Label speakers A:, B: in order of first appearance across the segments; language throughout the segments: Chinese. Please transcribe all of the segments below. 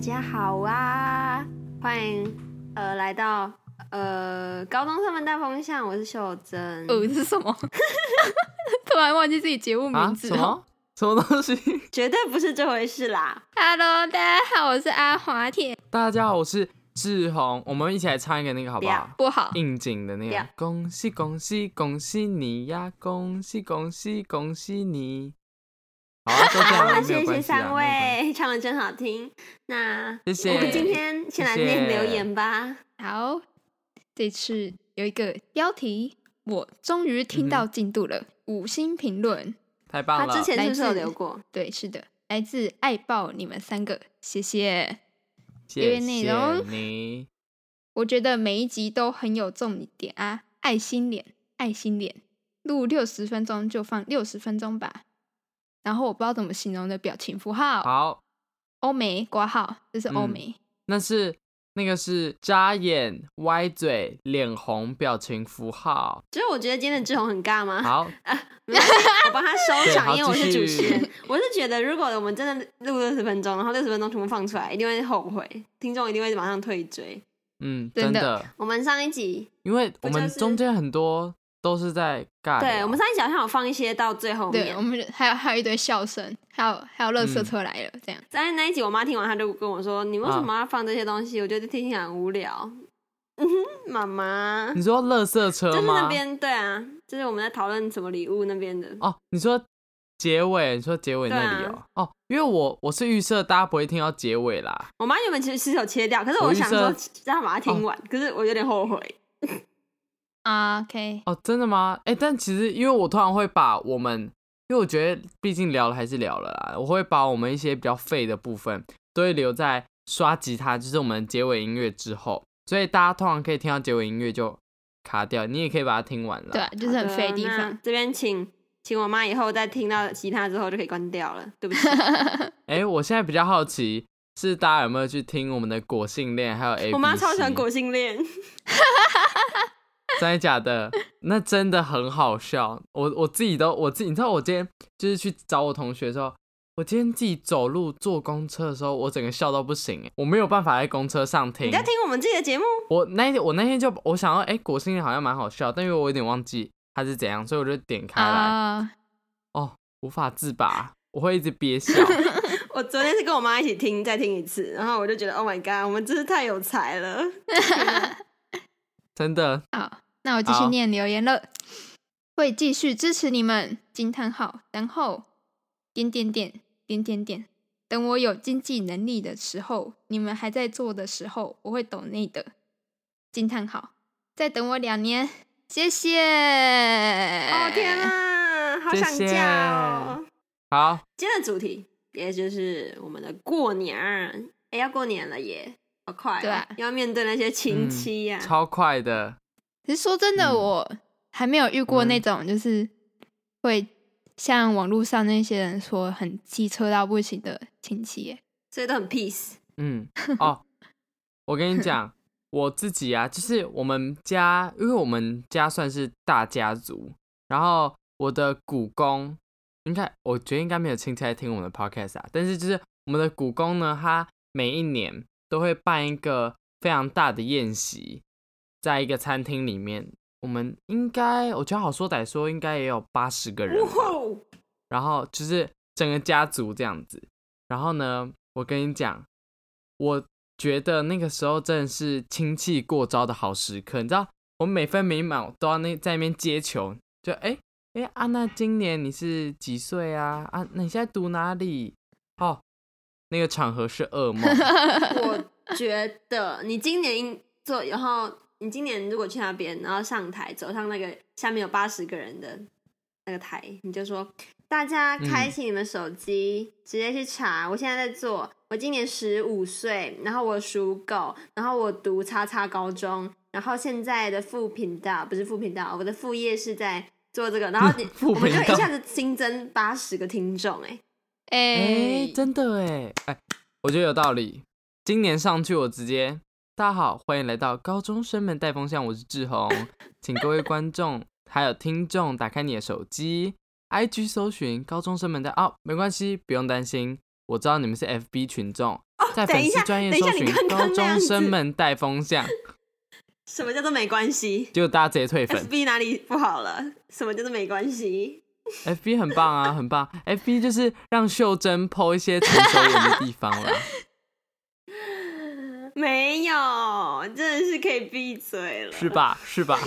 A: 家好啊！欢迎呃来到呃高中生们大风向，我是秀 珍。
B: 呃，是什么？突然忘记自己 节目
C: 啊
B: 名字
A: 哦
C: 什
B: 了。
C: 么 什么东西？
A: 绝对不是这回事啦！
B: Hello，大家好，我是阿华田。
C: 大家好，我是志宏，我们一起来唱一个那个好不
A: 不
C: 好
A: 要？
B: 不好，
C: 应景的那
A: 不要
C: 个，恭喜恭喜恭喜你呀，恭喜恭喜恭喜 你！好啊，就这样啊，没有
A: 谢谢
C: 关系啊
A: 三，位，唱的真好听。那
C: 没有关系谢谢。
A: 我们今天先来
C: 谢谢
A: 念留言吧。
B: 好，这次有一个标题，我终于听
C: 嗯
B: 到进度了，五星评论。
A: 他
C: 太棒了，
A: 之前是不是有
B: 来自
A: 留过？
B: 对，是的，来自爱爆你们三个，谢谢。
C: 谢谢
B: 内容
C: 你，
B: 我觉得每一集都很有重点啊，爱心脸，爱心脸，录六十分钟就放六十分钟吧。然后我不知道怎么形容的表情符号，
C: 好，
B: 欧美挂号，这是欧
C: 嗯
B: 美。
C: 那是那个是眨眼、歪嘴、脸红表情符号，
A: 只是我觉得今天的志宏很尬吗？
C: 好，
A: 没关系 我帮他收
C: 对
A: 场，
C: 好
A: 因为我是主
C: 继续
A: 持人。我是觉得，如果我们真的录六十分钟，然后六十分钟全部放出来，一定会后悔，听众一定会马上退追。
C: 嗯，
B: 真
C: 真
B: 的
C: 的，
A: 我们上一集，
C: 因为我
A: 就
C: 们
A: 是
C: 中间很多都是在尬聊，
A: 对我们上一集好像有放一些到最后
B: 对，我
A: 面。
B: 们还有还有一堆笑声，还有还有垃圾
C: 嗯
B: 车来了，这样
A: 在那一集，我妈听完，她就跟我说：“你为什么
C: 啊
A: 要放这些东西？我觉得听起来很无聊。”嗯哼，妈妈，
C: 你说垃圾车
A: 就是那
C: 吗？
A: 边对啊，就是我们在讨论什么礼物那边的。
C: 哦，你说结尾，你说结尾那里
A: 对啊
C: 哦，哦，因为我我是预设大家不会听到结尾啦，
A: 我妈原本其实是有切掉，可是
C: 我
A: 我
C: 预
A: 想说
C: 设
A: 让她把它听完，可是我有点后悔。
B: 啊，OK，
C: 哦，真的吗？哎，但其实因为我突然会把我们，因为我觉得毕竟聊了还是聊了啦，我会把我们一些比较废的部分都会留在刷吉他，就是我们结尾音乐之后，所以大家通常可以听到结尾音乐就卡掉，你也可以把它听完了。
B: 对啊，就是很废的地
A: 好
B: 方
A: 那。这边请请我妈以后在听到吉他之后就可以关掉了，对不 起。
C: 哎、我现在比较好奇，是大家有没有去听我们的果性恋，还有 A？
A: 我妈超喜欢果性恋，
C: 真的假的？那真的很好笑。我我自己都我自己，你知道我今天就是去找我同学的时候，我今天自己走路坐公车的时候，我整个笑到不行、欸，我没有办法在公车上听
A: 你。在听我们自己的节目？
C: 我那一天我那天就我想到，哎、果性恋好像蛮好笑，但因为我有点忘记它是怎样，所以我就点开来，
B: 啊，
C: 无法自拔，我会一直憋笑。
A: 我昨天是跟我妈一起听，再听一次，然后我就觉得 Oh my God，我们真是太有才了。哦
C: 真的，
B: 哦好，那我继续
C: 好
B: 念留言了，会继续支持你们，惊叹号，然后点点点点点点，等我有经济能力的时候，你们还在做的时候，我会懂内的，惊叹号，再等我两年，谢谢。
A: 哦
B: 哦
A: 天！啊，好想
C: 谢谢
A: 叫哦！
C: 好，
A: 今天的主题也就是我们的过年儿，哎、要过年了耶，好快、哦！
B: 对啊嗯
A: 要面对那些亲戚呀、
C: 超快的，
B: 可是说真的，
C: 嗯
B: 我还没有遇过那种就是会像网络上那些人说很机车到不行的亲戚耶。
A: 所以都很 peace。
C: 嗯，哦，我跟你讲，我自己啊，就是我们家，因为我们家算是大家族，然后我的古公，应该我觉得应该没有亲戚在听我们的 podcast 啊，但是就是我们的古公呢，他每一年都会办一个非常大的宴席，在一个餐厅里面，我们应该我觉得好说歹说应该也有八十个人吧，
A: 哇哦，
C: 然后就是整个家族这样子。然后呢，我跟你讲，我觉得那个时候真的是亲戚过招的好时刻。你知道，我每分每秒都要那在那边接球，就哎哎啊，那今年你是几岁啊？啊，那你现在读哪里？哦，那个场合是噩梦。
A: 我觉得你今年应做，然后你今年如果去那边，然后上台走上那个下面有八十个人的那个台，你就说大家开启你们手机，直接去查。我现在在做，我今年十五岁，然后我属狗，然后我读叉叉高中，然后现在的副频道不是副频道，我的副业是在做这个，然后你
C: 副
A: 我们就
C: 频道
A: 一下子新增八十个听众、哎，
B: 哎、
C: 哎、真的哎哎，我觉得有道理。今年上去我直接，大家好，欢迎来到高中生们带风向，我是志宏，请各位观众还有听众打开你的手机，IG 搜寻高中生们带哦，没关系，不用担心，我知道你们是 FB 群众，在
A: 等
C: 粉
A: 一
C: 丝
A: 下
C: 专业
A: 等一
C: 搜
A: 下你
C: 寻
A: 刚刚
C: 高
A: 那
C: 中
A: 样
C: 生
A: 子
C: 们带风向，
A: 什么叫做没关系
C: 结果大家直接退粉。
A: ？FB 哪里不好了？什么叫做没关系？
C: FB 很棒啊，很棒。FB 就是让秀珍 PO 一些成熟人的地方啦。
A: 没有，真的是可以闭嘴了。
C: 是吧？是吧？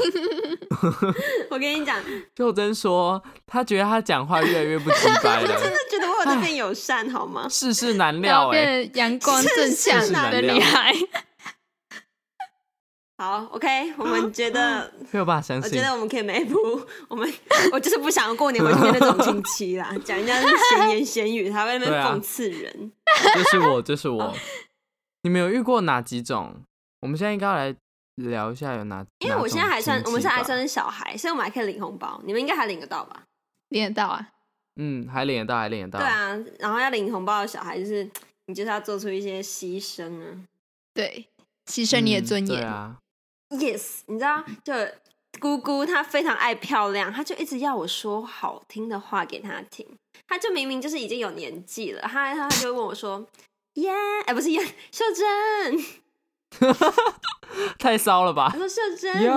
A: 我跟你讲，
C: 秀珍说，她觉得她讲话越来越不直 白了，
A: 觉得我有在变友善好吗？
C: 世事难
B: 然后
C: 料哎、
B: 变成阳 光
A: 是
B: 正
A: 是
B: 向
C: 哪
B: 的
C: 料
B: 女孩。
A: 好，OK，我们觉得，
C: 没有办法相
A: 我
C: 信
A: 觉。得我们可以弥补。我们我就是不想过年回去那种亲戚 啦，讲人家是闲言闲语，还会在那
C: 对
A: 边
C: 啊
A: 讽刺人。
C: 就是我，就是我。你们有遇过哪几种？我们现在应该要来聊一下有哪？
A: 因为我现在还算
C: 哪，
A: 我
C: 种
A: 们现在还
C: 亲戚吧啊
A: 算是小孩，所以我们还可以领红包。你们应该还领得到吧？
B: 练得到啊，
C: 嗯，还领得到，还领得
A: 对
C: 到。
A: 啊，然后要领红包的小孩，就是你就是要做出一些牺牲啊。
B: 对，牺
C: 嗯，
B: 牲你的尊
C: 对
B: 严。
C: 啊，
A: Yes，你知道，就姑姑她非常爱漂亮，她就一直要我说好听的话给她听。她就明明就是已经有年纪了，她她她就会问我说：“耶，哎，不是耶， 秀珍。
C: 太骚了”吧
A: 她？说：“秀珍，
C: 有，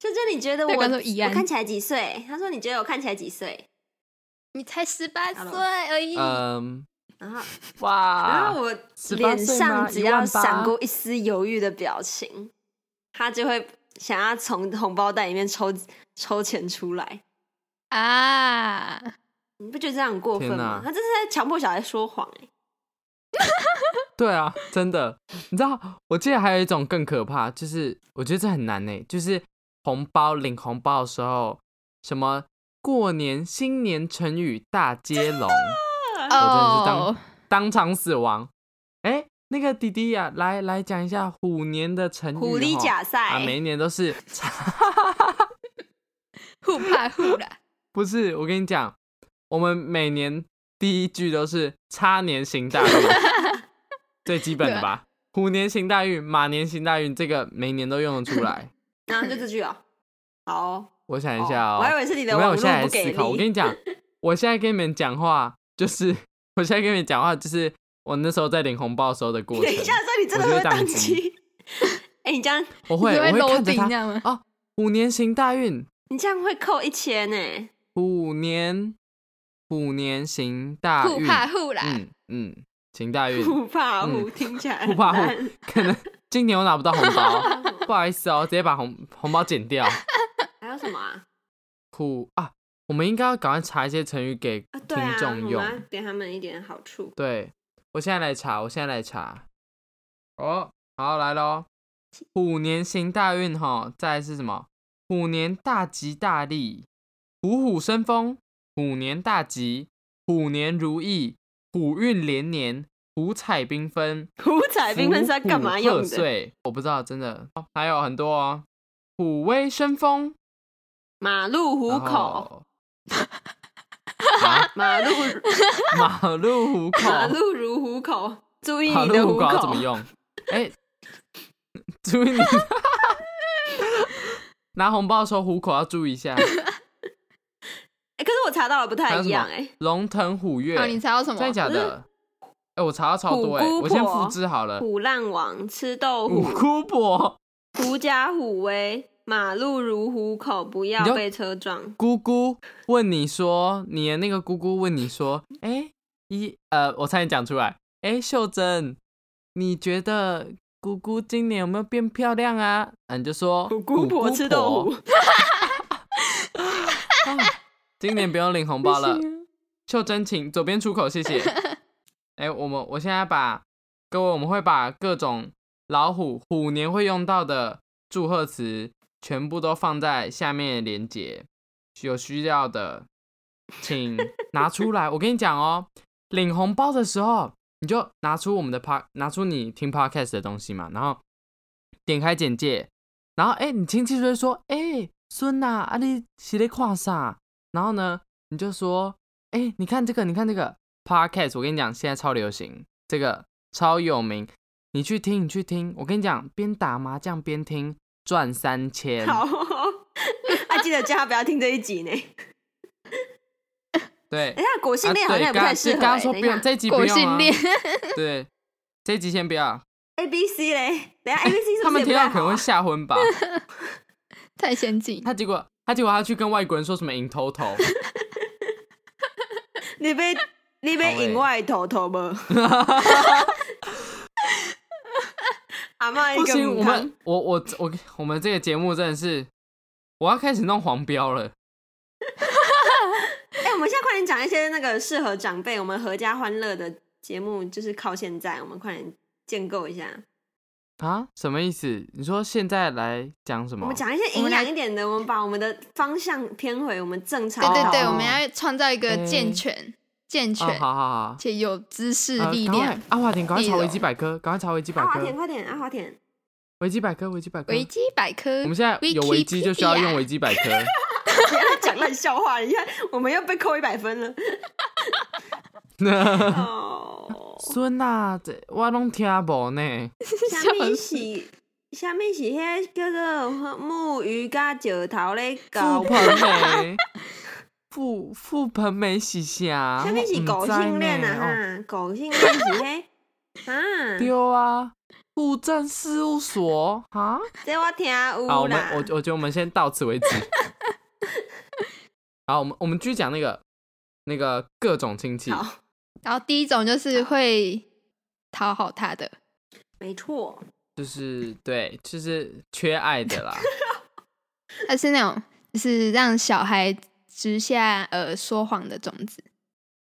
A: 秀珍，你觉得我
B: 对刚说一样
A: 我看起来几岁？”她说：“你觉得我看起来几岁
B: 你才十八岁
A: Hello
B: 而 已，
C: 嗯，？”
A: 然后，然
C: 哇
A: 后，我
C: 18
A: 脸
C: 啊岁
A: 上
C: 吗
A: 只要
C: 18
A: 闪过一丝犹豫的表情，她就会想要从红包袋里面抽抽钱出来。
B: 啊，
A: 你不觉得这样很过分
C: 天哪
A: 吗？他这是在强迫小孩说谎哎、
C: 对啊，真的，你知道，我记得还有一种更可怕，就是我觉得这很难呢，就是红包领红包的时候，什么过年新年成语大接龙，
A: 啊
C: 是当
B: 哦，
C: 当场死亡。哎，那个弟弟呀、来来讲一下虎年的成语。
A: 狐狸
C: 吼
A: 假赛、
C: 啊， 每一年都是，
B: 互怕互啦，
C: 不是？我跟你讲，我们每年第一句都是差年行大运， 最基本的
A: 啊
B: 对
C: 吧。虎年行大运，马年行大运，这个每年都用得出 来。
A: 然后就这句 哦，好哦
C: 我想一下哦，
A: 我还以为是你的
C: 没有，
A: 网
C: 我现在
A: 络
C: 还
A: 不
C: 在
A: 给
C: 思考。我跟
A: 力。
C: 你讲，我现在跟你们讲话，就是我现在跟你们讲话，就是我那时候在领红包的时候的过程。
A: 等一下，所以你真的
C: 我
A: 会
C: 觉得
A: 宕
C: 宕机
A: 机？哎、你这样
C: 我会，
B: 你
C: 我
B: 会楼
C: 看着
B: 顶这
C: 他。
B: 样吗？
C: 哦，虎年行大运，
A: 你这样会扣一千欸呢？
C: 虎年，虎年行大
B: 互
C: 运。
B: 怕互啦，
C: 嗯嗯，行 大运。
A: 不怕
C: 嗯
A: 虎、听起来
C: 不怕虎
A: 虎，
C: 可能今年我拿不到红包，不好意思哦，直接把红红包剪掉。
A: 还有什么啊？
C: 虎啊，我们应该要赶快查一些成语给
A: 啊，对
C: 听
A: 啊，
C: 众
A: 我
C: 用。
A: 们要给他们一点好处。
C: 对，我现在来查，我现在来查。哦，好来喽，虎年行大运哈，再来是什么？虎年大吉大利，虎虎生风，虎年大吉，虎年如意，虎运连年，虎彩缤纷，
A: 五彩缤纷是要干嘛用的？
C: 对，我不知道，真的、哦还有很多哦。虎威生风，
A: 马路虎
C: 然
A: 口，
C: 后。啊，
A: 马路
C: 马路虎口，
A: 马路如虎口，注意
C: 跑
A: 你
C: 路
A: 的
C: 虎
A: 虎
C: 狗要
A: 口
C: 怎么用？哎、注意你拿红包的时候虎口要注意一下。
A: 哎、可是我查到了不
C: 还
A: 太
C: 有什
A: 一样
C: 么
A: 哎、
C: 龙腾虎跃，
B: 哦，你
C: 真
B: 猜到什么
C: 的？假的？哎、我查到超多哎、
A: 虎姑
C: 我先
A: 婆
C: 复制好了。
A: 虎烂王吃豆
C: 虎
A: 腐，
C: 姑婆、
A: 狐假虎威，马路如虎口，不要
C: 你就
A: 被车撞。
C: 姑姑问你说，你的那个姑姑问你说，哎、一呃，我差点讲出来。哎、秀珍，你觉得姑姑今年有没有变漂亮啊？啊你就说
A: 虎姑婆吃豆腐，
C: 啊 今年不用领红包了。秀珍，请左边出口，谢谢。哎、我们我现在把各位，我们会把各种老虎虎年会用到的祝贺词全部都放在下面的链接，有需要的请拿出来。我跟你讲哦，领红包的时候你就拿出我们的 p 拿出你听 podcast 的东西嘛，然后点开简介，然后哎、你亲戚就会说，哎、孙呐、啊，你是在看啥？然后呢，你就说，哎、你看这个，你看这个 podcast，我跟你讲，现在超流行，这个超有名，你去听，你去听，我跟你讲，边打麻将边听，赚三 千。
A: 好、哦，啊，记得叫他不要听这一集呢。
C: 对
A: 等一，下，果性
C: 啊
A: 恋好
C: 对
A: 像也不
C: 刚
A: 太适合、
C: 啊刚
A: 欸。
C: 说
A: 等
C: 不
A: 一下
C: 用，这一集不
B: 果
C: 用
B: 性
C: 啊
B: 恋，
C: 对，这一集先不要，
A: A B C 嘞，等一下 A B C 是
C: 他
A: 不
C: 们
A: 是也
C: 听
A: 不太
C: 到可
A: 好
C: 能
A: 啊
C: 会吓昏吧。
B: 太先进，
C: 他结果他结果他去跟外国人说什么 in total，
A: 你被你
C: 好欸
A: 被引外头头 吗？阿妈一
C: 不
A: 个
C: 行，
A: 母
C: 我
A: 汤
C: 们我我我我们这个节目真的是，我要开始弄黄标了。
A: 哎、我们现在快点讲一些那个适合长辈我们合家欢乐的节目，就是靠现在，我们快点建构一下。
C: 啊，什么意思？你说现在来讲什
A: 我
C: 么
A: 们？讲一些营养一点的，我们把我们的方向偏回我们正常
B: 对
A: 的。
B: 对对，
C: 哦
B: 我们要创造一个
C: 哎
B: 健全、健
C: 啊，
B: 全
C: 好好好，
B: 且有知识
C: 呃
B: 力
C: 赶快
B: 量。
C: 阿华田，赶快
B: 利
C: 查维
B: 用
C: 基百科，赶快查维基百
A: 啊阿华田，
C: 科，
A: 快点，阿华田，
C: 维基百科，维基百科。
B: 维基百科，
C: 我们现在有维基就需要用维
B: 基。
C: 基百科。
A: 不要讲烂笑话，你看我们又被扣一百分 了。哦，
C: 孙啊，这我拢听无呢。
A: 下面是下面是迄叫做木鱼加石头咧
C: 傅
A: 搞。
C: 盆 梅，傅傅盆梅是啥？
A: 下面是
C: 我
A: 狗
C: 唔知
A: 性恋
C: 呢哦
A: 啊哈，狗性恋是嘿啊，
C: 丢啊！户政事务所啊！
A: 这我听
C: 好，
A: 有
C: 我们
A: 啦
C: 我。我觉得我们先到此为 止。好，我们我们继续讲那个那个各种亲戚。
A: 好，
B: 然后第一种
C: 啊
B: 就是会讨好他的，
A: 没错，
C: 就是对，就是缺爱的啦。
B: 他是那种就是让小孩植下呃说谎的种子，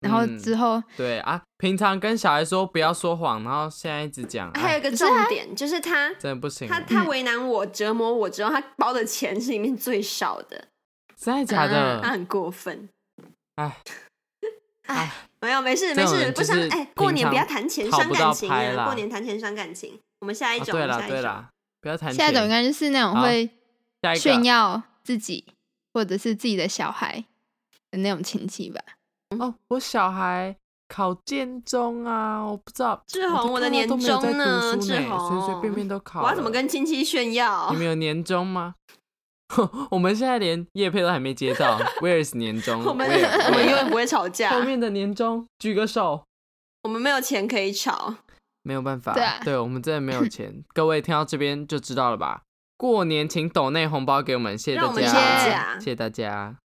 B: 然后
C: 嗯
B: 之后、
C: 对啊，平常跟小孩说不要说谎，然后现在一直讲，
A: 还有一
C: 哎
A: 个
B: 可是啊
A: 重
B: 他
A: 点就是他
C: 真的不行，
A: 他他为难我、折磨我之后，他包的钱是里面最少的，
C: 真的
A: 他
C: 假的？
A: 很过分。
C: 哎，
A: 没有，没事，
C: 这
A: 没
C: 种
A: 事，
C: 人
A: 不
C: 就
A: 伤。
C: 是
A: 哎，过
C: 平
A: 年
C: 常
A: 不要谈钱，
C: 讨
A: 伤
C: 不
A: 感
C: 到
A: 情
C: 拍
A: 啊！
C: 啦
A: 过年谈钱伤感情。我们下一
C: 啊
A: 种，
C: 对
A: 下
C: 啦
A: 一
C: 对
A: 种，
C: 啦，不要谈
B: 下一种应
C: 钱。
B: 该就是那种
C: 好
B: 会
C: 下一
B: 炫
C: 个
B: 耀自己或者是自己的小孩的那种亲戚吧。
C: 哦，我小孩考建中啊，我不知道。
A: 志宏
C: 我
A: 我
C: 都
A: 的
C: 看到都没
A: 年
C: 有
A: 终呢
C: 在读书
A: 志宏
C: 随随便便都考了。
A: 我要怎么跟亲戚炫耀
C: 你？们有年终吗？ 我们现在连叶配都还没接到，Where is 年 终？
A: 我们
C: Where-
A: 我们永远不会吵架
C: 后，面的年终举个手，
A: 我们没有钱可以吵。
C: 没有办法，
B: 对啊
C: 我们真的没有钱。各位听到这边就知道了吧？过年请抖内红包给我们，谢谢
A: 让
C: 大
A: 我们
B: 吵
C: 家，
A: 架
C: 谢谢大家。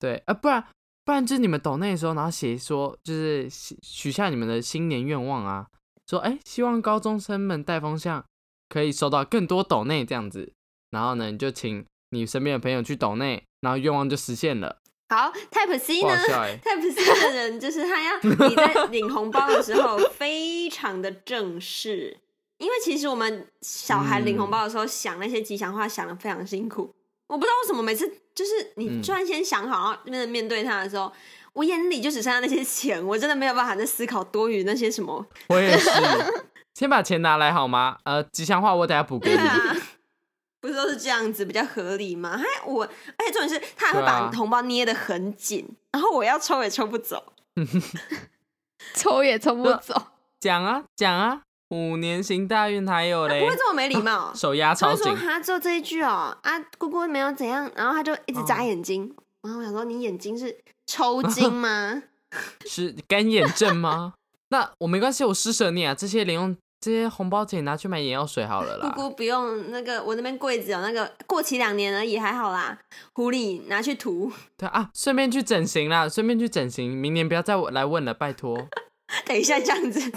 C: 对，啊，不然不然就是你们抖内的时候，然后写说就是许许下你们的新年愿望啊，说哎、希望高中生们带风向，可以收到更多抖内这样子。然后呢，你就请你身边的朋友去抖内，然后愿望就实现了。
A: 好，Type C
C: 不好
A: 呢
C: 笑哎、
A: ？Type C 的人就是他 要你在领红包的时候非常的正式，因为其实我们小孩领红包的时候想那些吉祥话想的非常辛苦，我不知道为什么每次就是你
C: 嗯
A: 突然先想好，然后面面对他的时候，我眼里就只剩下那些钱，我真的没有办法再思考多余那些什 么。
C: 我也是，先把钱拿来好吗？呃，吉祥话我等下补给
A: 对
C: 你。
A: 啊，不是都是这样子比较合理吗？还我，而且重点是他还会
C: 对
A: 把
C: 啊
A: 红包捏得很紧，然后我要抽也抽不走。
B: 抽也抽不
C: 对啊
B: 走，
C: 讲啊讲啊，五年行大运还有
A: 啊不
C: 嘞
A: 会，这么没礼貌。
C: 手压
A: 他
C: 超
A: 会说
C: 紧，
A: 哈，只有这一句哦，啊，姑姑没有怎样，然后他就一直
C: 哦
A: 眨眼睛，然后我想说你眼睛是抽 筋吗？
C: 是干眼症吗？ 那我没关系，我施舍你啊，这些零用这些红包钱拿去买眼药水好了
A: 姑
C: 啦。
A: 姑不用那个，我那边柜子有那个过期两年而已，还好啦。狐狸拿去涂，
C: 对啊，顺便去整形啦，顺便去整形，明年不要再来问了，拜 托。
A: 等一下这样子，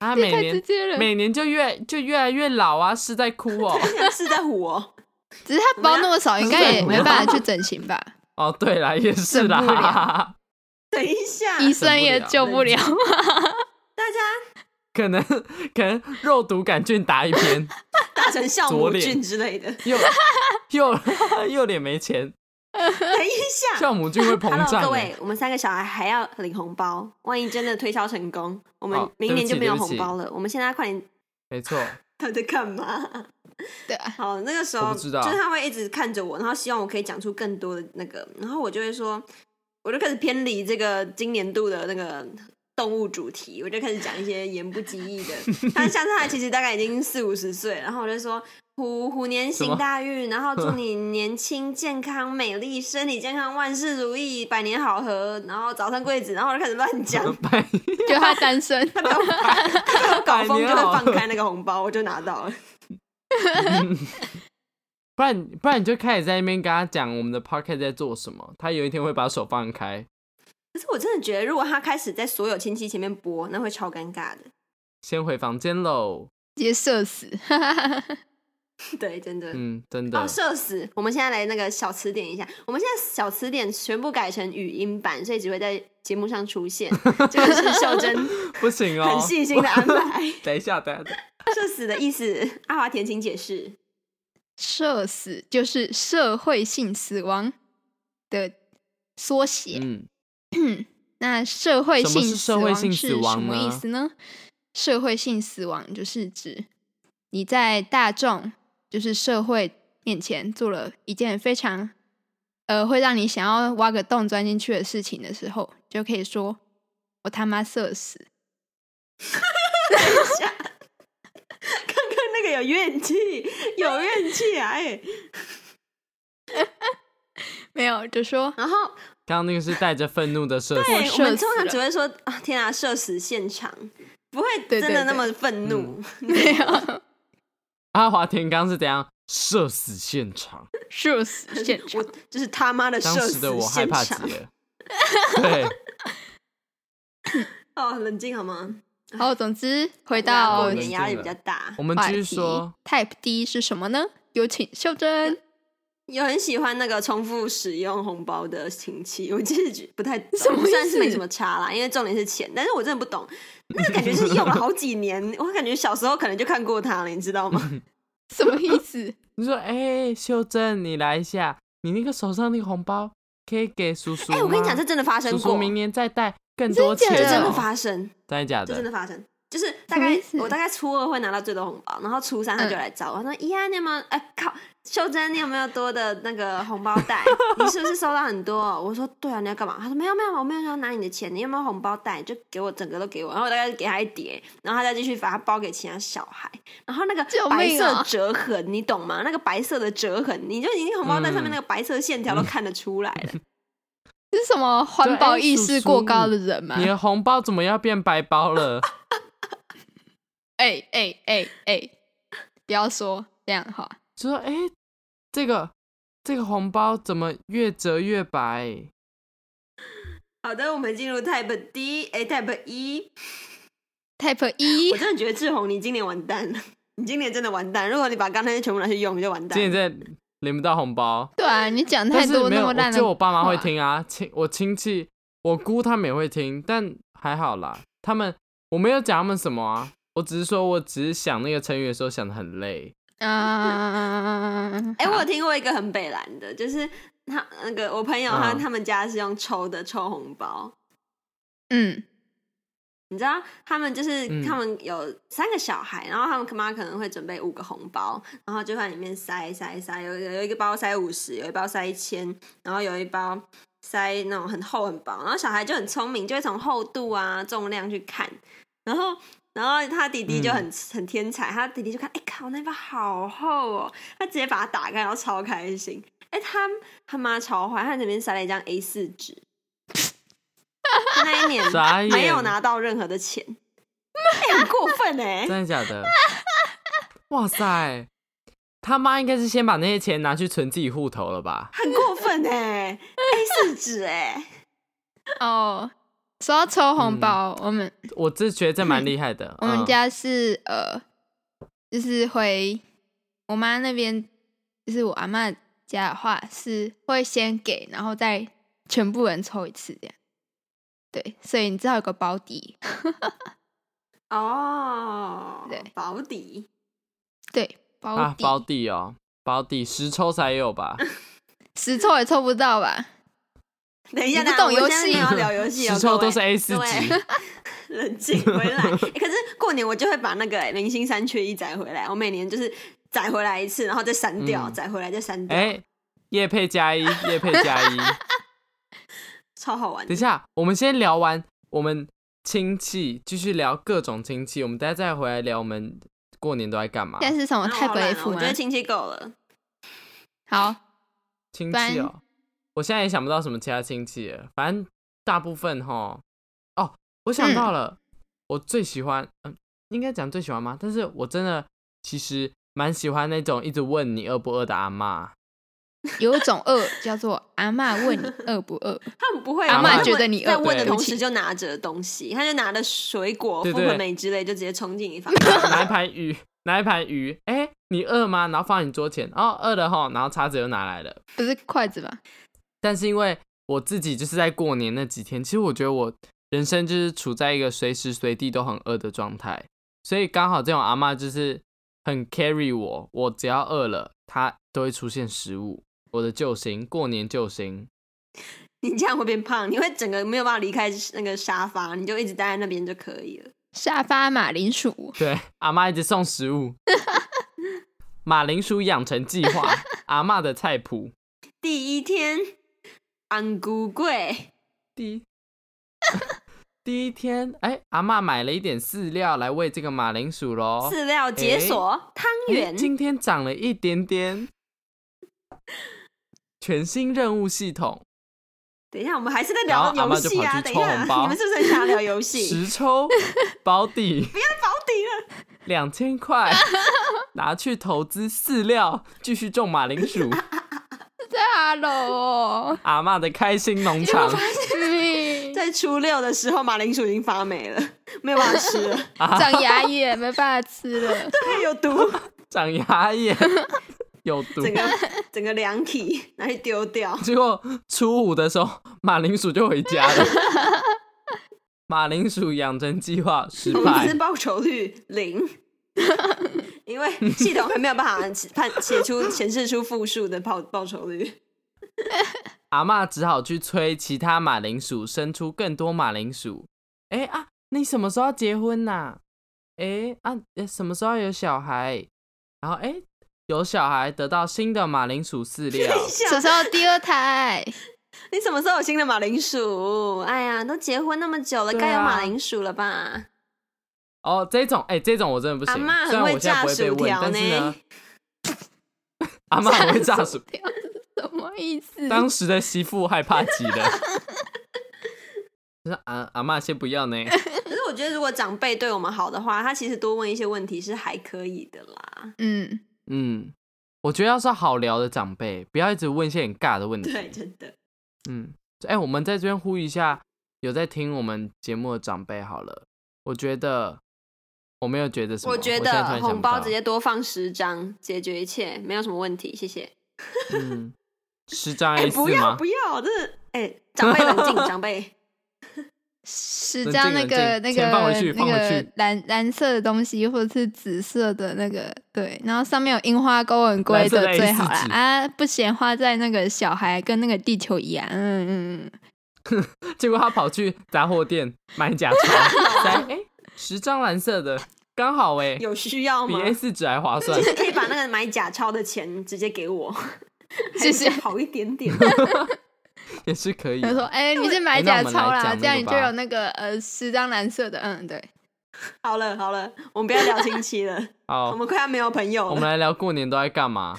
C: 啊，
B: 这
C: 每
B: 太直
C: 年
B: 接了。
C: 每年就越就越来越老啊，是在哭哦。
A: 是在唬我。
B: 只是他包那么少，应该也没办法去整形吧？
C: 哦，对 啦，也是
B: 整不
C: 啦
B: 了，
A: 等一下，
B: 医生也救不了。
A: 大家
C: 可能可能肉毒杆菌打一篇，
A: 打成酵
C: 左
A: 母
C: 脸
A: 菌之类的。
C: 又 又又脸没钱，
A: 等一下，
C: 酵母 菌会膨
A: Hello，
C: 胀。欸
A: 各位，我们三个小孩还要领红包，万一真的推销成功，我们
C: 好
A: 明年就没有红
C: 对
A: 包了。我们现在快点，
C: 没错，
A: 他在干嘛？
B: 对啊，
A: 好，那个时候
C: 我不知道
A: 就是他会一直看着我，然后希望我可以讲出更多的那个，然后我就会说，我就开始偏离这个今年度的那个。动物主题， 我就开始讲一些言不及义的。但下次他其实大概已经四五十岁，然后我就说，虎虎年
C: 什么。
A: 行大运，然后祝你年轻、健康、美丽、身体健康、万事如意、百年好合，然后早生贵子，然后我就开始乱讲
C: 拜
B: 就他单身，
A: 他被我他被我搞疯，就会
C: 百年好
A: 放开那个红包，我就拿到了。
C: 不然不然你就开始在那边跟他讲我们的 p o c k e t 在做什么，他有一天会把手放开。
A: 可是我真的觉得，如果他开始在所有亲戚前面播，那会超尴尬的。
C: 先回房间喽。
B: 直接射死。
A: 对，真的。
C: 嗯，真的。
A: 哦，社死！我们现在来那个小词典一下，我们现在小词典全部改成语音版，所以只会在节目上出现。这个是秀珍
C: 不行哦，
A: 很细心的安排。
C: 等一下，等一下，
A: 社死的意思，阿华田请解释。
B: 社死就是社会性死亡的缩写。
C: 嗯，
B: 那社会
C: 什么
B: 性
C: 是
B: 死
C: 社会
B: 亡
C: 性
B: 是
C: 死
B: 什
C: 亡
B: 么
C: 呢
B: 意思呢？社会性死亡就是指你在大众，就是社会面前做了一件非常呃会让你想要挖个洞钻进去的事情的时候，就可以说我他妈社死。
A: 刚刚那个有怨气，有怨气啊！哎、
B: 没有，就 说
A: 然后
C: 刚刚那个是带着愤怒的射手，
A: 对，
B: 社
A: 我们
B: 死
A: 通常
B: 了
A: 只会说啊，天啊，社死现场，不会
B: 对
A: 真
B: 对
A: 的那
B: 对
A: 么愤怒。
B: 没有
C: 阿啊华田刚是怎样射死现场？
B: 社死嗯 现
A: 我
B: 场，
A: 就是他妈的
C: 当
A: 社
C: 时
A: 死
C: 的我害
A: 现
C: 怕极
A: 场。
C: 了。 对，
A: 哦，冷静好吗？
B: 然后总之回
A: 大家
B: 到
A: 过年压力比较大
C: 我。们
B: 话
C: 继
B: 题
C: 续说，
B: Type D 是什么呢？有请秀 珍。
A: 有很喜欢那个重复使用红包的亲戚，我其实觉不太懂
B: 什么意思
A: 虽然是没 什么差啦，因为重点是钱，但是我真的不懂，那个感觉是用了好几年，我感觉小时候可能就看过他了，你知道吗？
B: 什么意思？
C: 你说，哎、秀珍，你来一下，你那个手上那个红包可以给叔叔
A: 哎、
C: 吗
A: 我跟你讲，这真的发生
C: 叔
A: 过，
C: 叔啊明年再带更多钱、
B: 真
A: 这
C: 哦，
B: 的假
A: 真的发生，
C: 真的假
A: 这真的
C: 的？
A: 发生。就是大
B: 什么
A: 概
B: 意思嗯
A: 我大概初二会拿到最多红包，然后初三他就来找我，他说：“依安，你有没有？哎、靠，秀珍，你有没有多的那个红包袋？ 你是不是收到很多？”我说：“对啊，你要干嘛？”他说：“没有没有，我没有要拿你的钱，你有没有红包袋？就给我整个都给我。”然后我大概给他一叠，然后他再继续把它包给其他小孩。然后那个
B: 救
A: 白
B: 命
A: 色
B: 啊
A: 折痕，你懂吗？那个白色的折痕，你就已经红包袋上
B: 嗯
A: 面那个白色线条都看得出来了。
B: 这是什么环保意识过高的人吗？
C: 哎你的红包怎么要变白 包了？
B: 哎哎哎哎，不要说这样哈，
C: 就说，哎、这个这个红包怎么越折越白？
A: 好的，我们进入 Type D，哎，Type 一。
B: Type E 一
A: 我真的觉得志宏，你今年完蛋了，你今年真的完蛋。如果你把刚才那些全部拿去用，你就完蛋
C: 今
A: 了。
C: 年真的领不到红包，
B: 对啊，你讲
C: 但
B: 太
C: 是
B: 多那
C: 没有，
B: 么
C: 我
B: 烂的，
C: 就我爸妈会。听啊，亲我亲戚，我姑他们也会听，但还好啦，他们我没有讲他们什么啊，我只是说我只是想那个成语的时候想的 很累，
B: 啊 嗯，
C: 啊
A: 哎、我有听过一个很北蓝的，就是他那个我朋友他、
C: 嗯
A: 他们家是用抽的抽红包，
B: 嗯，
A: 你知道他们就是、
C: 嗯
A: 他们有三个小孩，然后他们妈可能会准备五个红包，然后就在里面塞塞塞，有有一个包塞五十，有一包塞一千，然后有一包塞那种很厚很薄，然后小孩就很聪明，就会从厚度啊重量去看，然后。然后他弟弟就很、很天才，他弟弟就看，哎、靠，那包好厚哦，他直接把它打开，然后超开心。哎、他他妈超坏，他在里面塞了一张 A 四纸，他那一年
C: 傻眼，
A: 没有，拿到任何的钱，哎很过分 哎、
C: 真的假 的？哇塞，他妈应该是先把那些钱拿去存自己户头了吧？
A: 很过分哎、a 四纸哎，
B: 哦，说到抽
C: 嗯
B: 红包，我们
C: 我这觉得这蛮厉害的，
B: 我们
C: 嗯
B: 家是呃，就是回我妈那边，就是我阿妈家的话是会先给，然后再全部人抽一次这样。对，所以你知道有个保底，
A: 哦，
B: 对
A: 保底，
B: 对，保
C: 啊
B: 底，
C: 包地哦，包地十抽才 有吧？
B: 十抽也抽不到吧？
A: 等一下，
B: 你不
A: 等
B: 懂
A: 一下
B: 游
A: 我现在
B: 戏
A: 也要聊游 戏哦，
C: 十抽
A: 各位
C: 都是 A 四
A: 各位
C: 纸，
A: 冷静回来、 欸可是过年我就会把那个、欸明星三缺一载回来，我每年就是载回来一次，然后再删掉，
C: 嗯
A: 载、回来再删掉，
C: 哎，叶配加一，叶配加一。
A: 超好玩
C: 等一。下，我们先聊完我们亲戚，继续聊各种亲戚，我们待再回来聊我们过年都在干嘛？
B: 现在是什么
A: 啊
B: 泰
A: 好
B: 北
A: 懒哦
B: F
A: 我
B: 吗
A: 觉？得亲戚够了。
B: 好，
C: 亲
B: 反
C: 戚哦，我现在也想不到什么其他亲戚了，反正大部分哈。哦，我想
B: 嗯
C: 到了，我最喜欢，嗯，应该讲最喜欢吗？但是我真的其实蛮喜欢那种一直问你饿不饿的阿妈。
B: 有一种饿叫做阿妈问你饿不饿，
A: 他们不会，
C: 阿嬷
A: 他们
B: 觉得你饿
A: 在问的
C: 对
A: 同时就拿着东西，他就拿着水果、
C: 对
A: 覆
C: 对
A: 盆梅之类，就直接冲进你房
C: 拿一盘鱼，拿一盘鱼，哎、你饿吗？然后放在你桌前，哦，饿了哈，然后叉子又拿来了。
B: 不是筷子吧？
C: 但是因为我自己就是在过年那几天，其实我觉得我人生就是处在一个随时随地都很饿的状态，所以刚好这种阿嬷就是很 carry 我，我只要饿了，她都会出现食物，我的救星，过年救星。
A: 你这样会变胖，你会整个没有办法离开那个沙发，你就一直待在那边就可以了。
B: 沙发马铃薯，
C: 对，阿妈一直送食物，马铃薯养成计划，阿嬷的菜谱。
A: 第一天，安菇贵，
C: 第一 第一天，哎、阿嬷买了一点饲料来喂这个马铃薯喽。
A: 饲料解锁，汤
C: 哎
A: 圆，
C: 哦今天长了一点点。全新任务系统，
A: 等一下，我们还是在聊
C: 然后阿
A: 游
C: 嬷就
A: 戏啊！
C: 跑去
A: 等一
C: 抽
A: 下，
C: 红包
A: 你们是不是很想聊游 戏？
C: 实抽 保底
A: 保底了，
C: 两千 块，拿去投资饲料，继续种马 铃薯。
B: 大喽，
C: 阿嬷的开心农 场，
B: 嗯
A: 在初六的时候，马铃薯已经发霉了，没有办法吃了，
B: 长牙也没办法吃了。
A: 对，有 毒，
C: 长牙 眼，有毒。
A: 整个整个凉体拿去丢掉。
C: 结果初五的时候，马铃薯就回 家了。马铃薯养成计划失
A: 我们只是
C: 败，
A: 报酬率零，因为系统还没有办法 判写出显示出负数的报报酬率。
C: 阿嬷只好去催其他马铃薯生出更多马铃薯。哎、啊，你什么时候要结婚呐、哎、啊、诶什么时候要有小孩？然后哎、诶有小孩得到新的马铃薯 饲料。
B: 什么时候第二胎？
A: 你什么时候有新的马铃薯？哎呀，都结婚那么久了，
C: 对啊
A: 该有马铃薯了吧？
C: 哦，这种哎、这种我真的不
A: 阿
C: 行。
A: 嬷
C: 虽
A: 很
C: 然
A: 会
C: 我现在
A: 炸
C: 不会被
A: 薯
C: 问，
A: 条
C: 但是
A: 呢
C: 呢，，阿嬷很会炸薯。
B: 条是什么意思？
C: 当时的媳妇害怕极了， 就是阿阿嬷先不 要呢。
A: 可是我觉得如果长辈对我们好的话，他其实多问一些问题是还可以的啦。
B: 嗯，
C: 嗯，我觉得要是好聊的长辈，不要一直问一些很尬的问题。
A: 对，真的。
C: 嗯，哎、我们在这边呼吁一下，有在听我们节目的长辈好了。我觉得我没有觉得什么，
A: 我觉
C: 现在突
A: 得
C: 然想
A: 红
C: 不
A: 包
C: 到
A: 直接多放十张，解决一切，没有什么问题。谢谢。
C: 嗯，十张
A: 哎、
C: A
A: 不
C: 四
A: 要
C: 吗
A: 不？要，这哎、长辈冷 静，长辈。
B: 十
C: 冷
B: 张
C: 静
B: 那
C: 冷
B: 个
C: 静
B: 那
C: 钱放回
B: 个
C: 去
B: 那
C: 放回
B: 个
C: 去
B: 蓝蓝色的东西，或者是紫色的那个，对，然后上面有樱花勾很龟
C: 蓝色的
B: 最好
C: A4
B: 啦
C: 纸
B: 啊，不嫌花在那个小孩跟那个地球一样，嗯嗯嗯，
C: 结果他跑去杂货店买 假钞，来，哎、十张蓝色的，刚好哎、
A: 有需要
C: 比
A: 吗？
C: A 四纸还 划算。
A: 可以把那个买假钞的钱直接给 我，
B: 谢谢
A: 还比较好一点点。
C: 也是可以啊、
B: 他说哎、你是买
C: 哎那
B: 假
C: 我们
B: 钞
C: 来
B: 啦，
C: 讲
B: 这样
C: 那个
B: 你就
C: 吧
B: 有那个呃十张蓝色的，嗯对，
A: 好了好了，我们不要聊亲戚了，我
C: 好，
A: 们快要没有朋友
C: 我们
A: 了。
C: 来聊过年都在干嘛。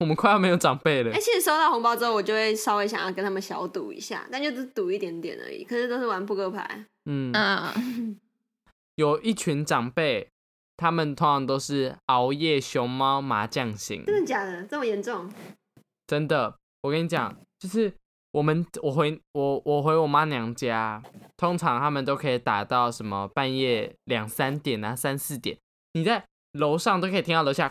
C: 我们快要没有长辈了
A: 哎、。其实收到红包之后，我就会稍微想要跟他们小赌一下，但就只赌一点点而已。可是都是玩扑克牌，
C: 嗯，
B: 嗯，
C: 有一群长辈，他们通常都是熬夜熊猫麻将型。
A: 真的假的？这么严重？
C: 真的，我跟你讲，就是我们我回我我回我妈娘家，通常他们都可以打到什么半夜两三点啊三四点，你在楼上都可以听到楼下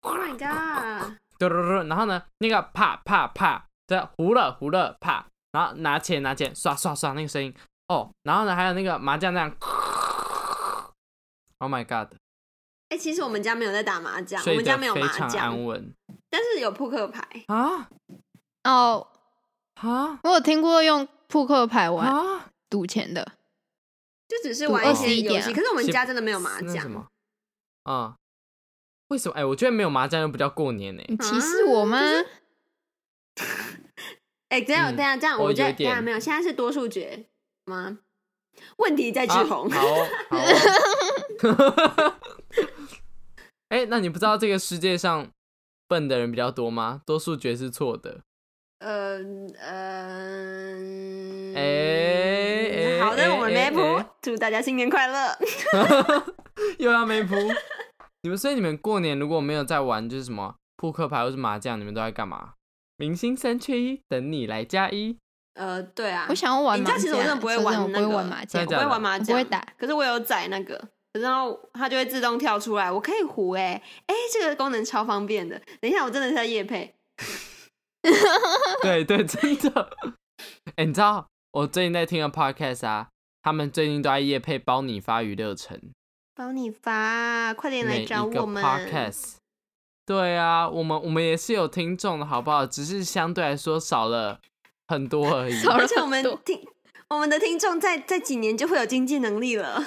A: Oh my god！
C: 嘟嘟嘟，然后呢，那个啪啪啪，这糊了糊了啪，然后拿钱拿钱，刷刷刷那个声音哦，然后呢，还有那个麻将那样，Oh my god，
A: 哎、其实我们家没有在打麻将，啊我
C: 睡
A: 们家
C: 得
A: 没有
C: 非
A: 麻
C: 常安
A: 将，
C: 稳
A: 但是有扑克牌。
C: 啊
B: 哦，
C: 啊
B: 我有听过用扑克牌玩
C: 啊！
B: 赌钱的，
A: 就只是哦玩一些游
B: 21
A: 戏，
B: 点啊
A: 可是我们家真的没有麻
C: 那什
A: 将，
C: 么？啊、为什么？哎、我觉得没有麻将就不叫过年呢、
A: 嗯
B: 你歧视我吗？
A: 哎、等一下
C: 嗯
A: 等一下，这样
C: 哦
A: 我觉
C: 有
A: 得
C: 一
A: 等一
C: 点
A: 下没有，现在是多数决吗？问题在志
C: 啊
A: 宏，
C: 好哦好哦 哎、那你不知道这个世界上笨的人比较多吗？多数决是错的。
A: 呃呃，
C: 哎哎
A: 好的，
C: 哎
A: 我们没
C: 哎
A: 谱
C: 哎，
A: 祝大家新年快 乐。
C: 又要没谱。你们所以你们过年如果没有在玩，就是什么扑克牌或是麻将，你们都在干嘛？明星三缺一，等你来加一。
A: 呃，对啊，
B: 我想要玩
A: 你
B: 麻
A: 知道
B: 将，
A: 其实我真的不会玩
B: 说真的
A: 那
B: 我不会
A: 个
B: 玩麻
C: 真
B: 将
A: 我
C: 的
A: 不
C: 假
A: 会
C: 的
A: 玩麻
B: 我
A: 将，
B: 不会打，
A: 可是我有载那个，然后它就会自动跳出来，我可以胡哎、欸、哎、这个功能超方便的。等一下，我真的是在夜配，
C: 对对，真的。 哎、你知道我最近在听的 podcast 啊，他们最近都在夜配包你发娱乐城，
A: 帮你发，快点来
C: 每一
A: 找
C: 个
A: 我们。
C: podcast。对啊，我们我们也是有听众的好不好？只是相对来说少了很多而已。
B: 少
A: 而且我们
B: 多
A: 听我们的听众在在几年就会有经济能力了。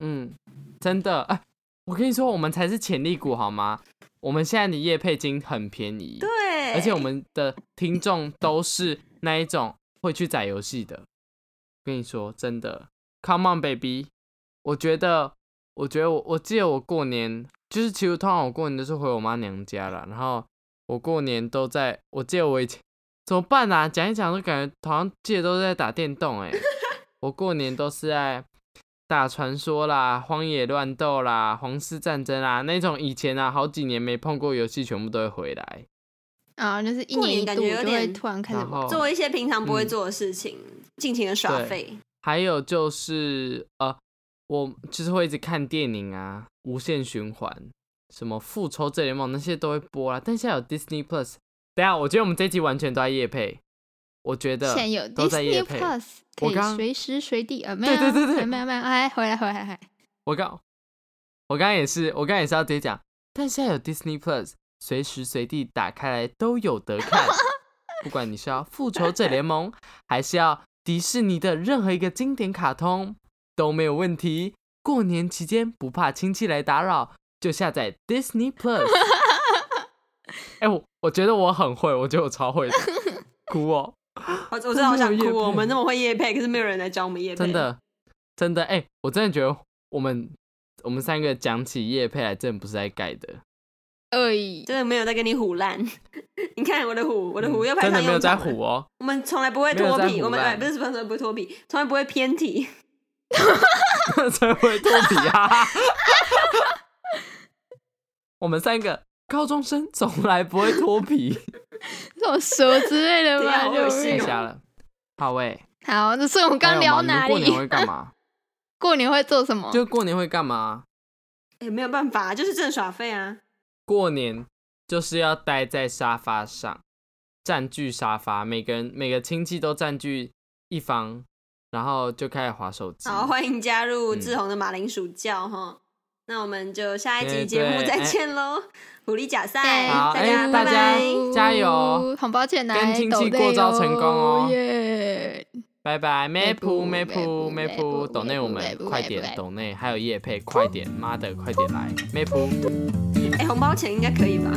C: 嗯，真的，哎、我跟你说，我们才是潜力股好吗？我们现在的业配金很便宜，
A: 对，
C: 而且我们的听众都是那一种会去载游戏的。跟你说，真的，Come on baby，我觉得，我觉得我我记得我过年，就是其实通常我过年都是回我妈娘家啦，然后我过年都在，我记得我以前怎么办啊？讲一讲都感觉好像记得都是在打电动哎、我过年都是在打传说啦、荒野乱斗啦、皇室战争啦那种以前啊好几年没碰过游戏，全部都会回来。
B: 啊，就是一
A: 过
B: 年
A: 年
B: 一度
A: 感
B: 就
A: 觉有
B: 会
A: 点
B: 突然开始
C: 然
B: 玩。
C: 后
A: 做一些平常不会
C: 哦嗯
A: 做的事情，尽情的耍
C: 对
A: 废。
C: 还有就是呃，我就是会一直看电影啊，无限循环，什么复仇者联盟那些都会播啦。但现在有 Disney Plus，等一下我觉得我们这一集完全都在夜配，我觉得
B: 现在有
C: 都在夜
B: Disney
C: 配。
B: Plus，可
C: 我刚
B: 以随时随地 啊，没有
C: 对
B: 啊，
C: 对对对
B: 啊没有没有，哎，回来回来 回来，
C: 我刚我刚刚也是，我刚刚也是要直接讲，但现在有 Disney Plus，随时随地打开来都有得看，不管你是要复仇者联盟，还是要迪士尼的任何一个经典卡通都没有问题。过年期间不怕亲戚来打扰，就下载 Disney Plus。哎、我我觉得我很会，我觉得我超会的，哭哦。
A: 我我真的好想
C: 没
A: 哭
C: 有业
A: 哦，
C: 配
A: 我们那么会夜配，可是没有人来找我们夜配。
C: 真，的，真的，哎、我真的觉得我们我们三个讲起叶佩来，真的不是在盖的，
B: 哎，
A: 真的没有在跟你唬烂。 你看我的唬，我的唬
C: 嗯
A: 又派
C: 真
A: 上
C: 的没有
A: 用
C: 在
A: 场了
C: 唬哦，
A: 我们从来不会
C: 没有
A: 脱
C: 在
A: 皮，
C: 胡
A: 我们
C: 乱
A: 哎不是从来不会脱皮，从来不会偏题。
C: 才会脱皮啊。 我们三个高中生从来不会脱皮，
B: 这种蛇之类 的
A: 对啊
B: 吧，
A: 好
B: 就
A: 恶心
C: 太
A: 是哦
C: 瞎了。好喂、
B: 好，这是我们
C: 还
B: 刚
C: 有
B: 聊
C: 吗
B: 哪
C: 哎你们过
B: 里
C: 年？会干 嘛？
B: 过年会做什么？
C: 就过年会干嘛？
A: 也没有办法，就是真的耍废啊。
C: 过年就是要待在沙发上，占据沙发，每个人每个亲戚都占据一方，然后就开始划手机。
A: 好，欢迎加入
C: 嗯
A: 志宏的马铃薯教哈。那我们就下一集
C: 对
A: 节目
C: 对
A: 再
C: 哎
A: 见喽，鼓励假赛，
B: 对
C: 好
A: 大
C: 哎
A: 家拜
C: 大家
A: 拜。
C: 加油
B: 红包钱来，
C: 跟亲戚
B: 抖内
C: 过招成功哦
B: 耶！
C: 拜拜，咩噗咩噗
B: 咩噗
C: 咩
B: 咩
C: 噗，
B: 噗
C: 抖内
B: 咩
C: 我
B: 噗
C: 们
B: 咩噗
C: 快
B: 咩
C: 点
B: 噗
C: 抖内，还有叶配快点，妈的快点来咩噗。
A: 哎，红包钱应该可以吧？